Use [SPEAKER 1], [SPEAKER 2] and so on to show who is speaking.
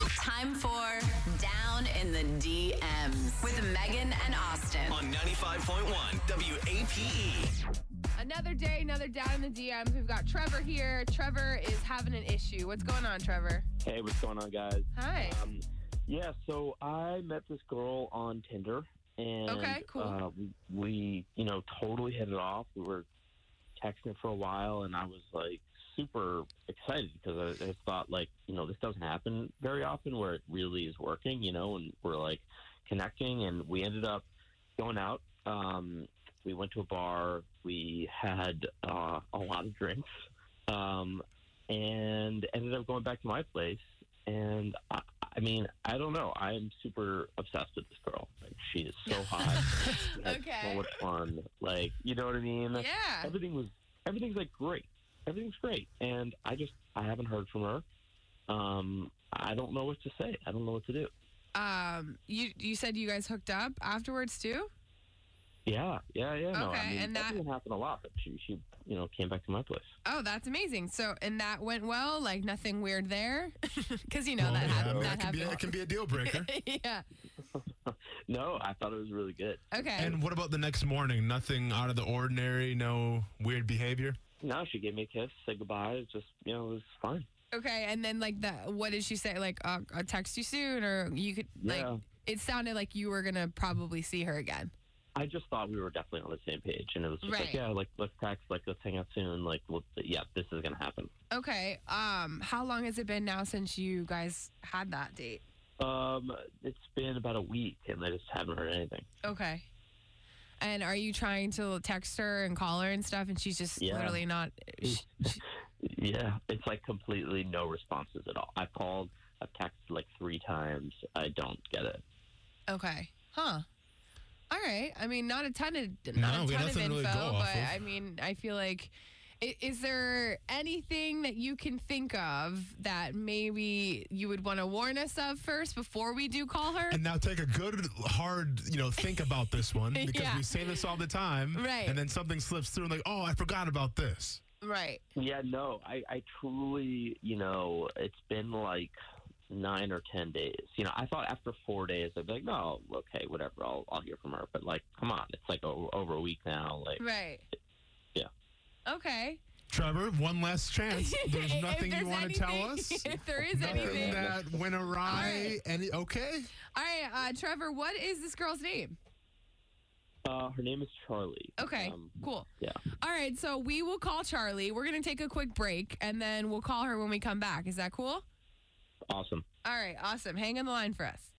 [SPEAKER 1] time for Down in the DMs with Megan and Austin.
[SPEAKER 2] on 95.1 WAPE.
[SPEAKER 3] Another day, another down in the DMs. We've got Trevor here. Trevor is having an issue. What's going on, Trevor?
[SPEAKER 4] Hey, what's going on, guys?
[SPEAKER 3] Hi.
[SPEAKER 4] Um, yeah, so I met this girl on Tinder, and
[SPEAKER 3] Okay, cool.
[SPEAKER 4] uh, we, we, you know, totally hit it off. We were texting for a while, and I was like super excited because I, I thought, like, you know, this doesn't happen very often where it really is working, you know, and we're like connecting, and we ended up going out. Um, we went to a bar. We had uh, a lot of drinks, um, and ended up going back to my place. And I, I mean, I don't know. I'm super obsessed with this girl. Like, she is so hot. Like,
[SPEAKER 3] Okay.
[SPEAKER 4] So much fun. Like, you know what I mean?
[SPEAKER 3] yeah.
[SPEAKER 4] Everything was everything's like great. Everything's great, and I just I haven't heard from her. Um, I don't know what to say. I don't know what to do.
[SPEAKER 3] Um, you you said you guys hooked up afterwards too?
[SPEAKER 4] Yeah, yeah, yeah. No,
[SPEAKER 3] Okay,
[SPEAKER 4] I mean,
[SPEAKER 3] and that-
[SPEAKER 4] didn't happen a lot, but she, she, you know, came back to my place.
[SPEAKER 3] Oh, that's amazing. So and that went well. Like nothing weird there, because you know
[SPEAKER 5] Well,
[SPEAKER 3] that
[SPEAKER 5] Oh, yeah, I
[SPEAKER 3] happened.
[SPEAKER 5] mean,
[SPEAKER 3] That
[SPEAKER 5] it, can be, it
[SPEAKER 3] happened.
[SPEAKER 5] can be a deal breaker.
[SPEAKER 3] yeah.
[SPEAKER 4] No, I thought it was really good.
[SPEAKER 3] Okay.
[SPEAKER 5] and what about the next morning? Nothing out of the ordinary, no weird behavior?
[SPEAKER 4] No, she gave me a kiss, said goodbye. It just, you know, it was fine.
[SPEAKER 3] okay. And then like that. What did she say? Like uh, I'll text you soon, or you could like.
[SPEAKER 4] Yeah.
[SPEAKER 3] It sounded like you were gonna probably see her again.
[SPEAKER 4] I just thought we were definitely on the same page, and it was just
[SPEAKER 3] Right.
[SPEAKER 4] like, yeah, like let's text, like let's hang out soon, like we'll, yeah, this is gonna happen.
[SPEAKER 3] Okay. Um, how long has it been now since you guys had that date?
[SPEAKER 4] Um, it's been about a week, and I just haven't heard anything.
[SPEAKER 3] Okay. And are you trying to text her and call her and stuff? And she's just
[SPEAKER 4] Yeah.
[SPEAKER 3] literally not. sh sh
[SPEAKER 4] Yeah, it's like completely no responses at all. I've called, I've texted like three times. I don't get it.
[SPEAKER 3] okay. Huh. All right. I mean, not a ton of not
[SPEAKER 5] No, we
[SPEAKER 3] a
[SPEAKER 5] got
[SPEAKER 3] ton of
[SPEAKER 5] nothing to
[SPEAKER 3] info,
[SPEAKER 5] really go
[SPEAKER 3] but
[SPEAKER 5] off of.
[SPEAKER 3] I mean, I feel like. i- Is there anything that you can think of that maybe you would want to warn us of first before we do call her?
[SPEAKER 5] And now take a good, hard, you know, think about this one because
[SPEAKER 3] Yeah.
[SPEAKER 5] we say this all the time.
[SPEAKER 3] Right.
[SPEAKER 5] And then something slips through and, like, oh, I forgot about this.
[SPEAKER 3] Right.
[SPEAKER 4] Yeah, no, I, I truly, you know, it's been like nine or ten days. You know, I thought after four days I'd be like, no, okay, whatever, I'll I'll hear from her. But like, come on, it's like o over a week now. Like,
[SPEAKER 3] Right.
[SPEAKER 4] Yeah.
[SPEAKER 3] Okay.
[SPEAKER 5] Trevor, one last chance. There's
[SPEAKER 3] If
[SPEAKER 5] nothing
[SPEAKER 3] there's
[SPEAKER 5] you want to tell
[SPEAKER 3] anything-
[SPEAKER 5] us?
[SPEAKER 3] If there is
[SPEAKER 5] Nothing
[SPEAKER 3] anything.
[SPEAKER 5] that went awry.
[SPEAKER 3] right.
[SPEAKER 5] Any, okay.
[SPEAKER 3] All right, uh, Trevor, what is this girl's name?
[SPEAKER 4] uh, her name is Charlie.
[SPEAKER 3] Okay,
[SPEAKER 4] Um,
[SPEAKER 3] cool.
[SPEAKER 4] yeah.
[SPEAKER 3] All right, so we will call Charlie. We're going to take a quick break and then we'll call her when we come back. Is that cool?
[SPEAKER 4] awesome.
[SPEAKER 3] All right, awesome. Hang on the line for us.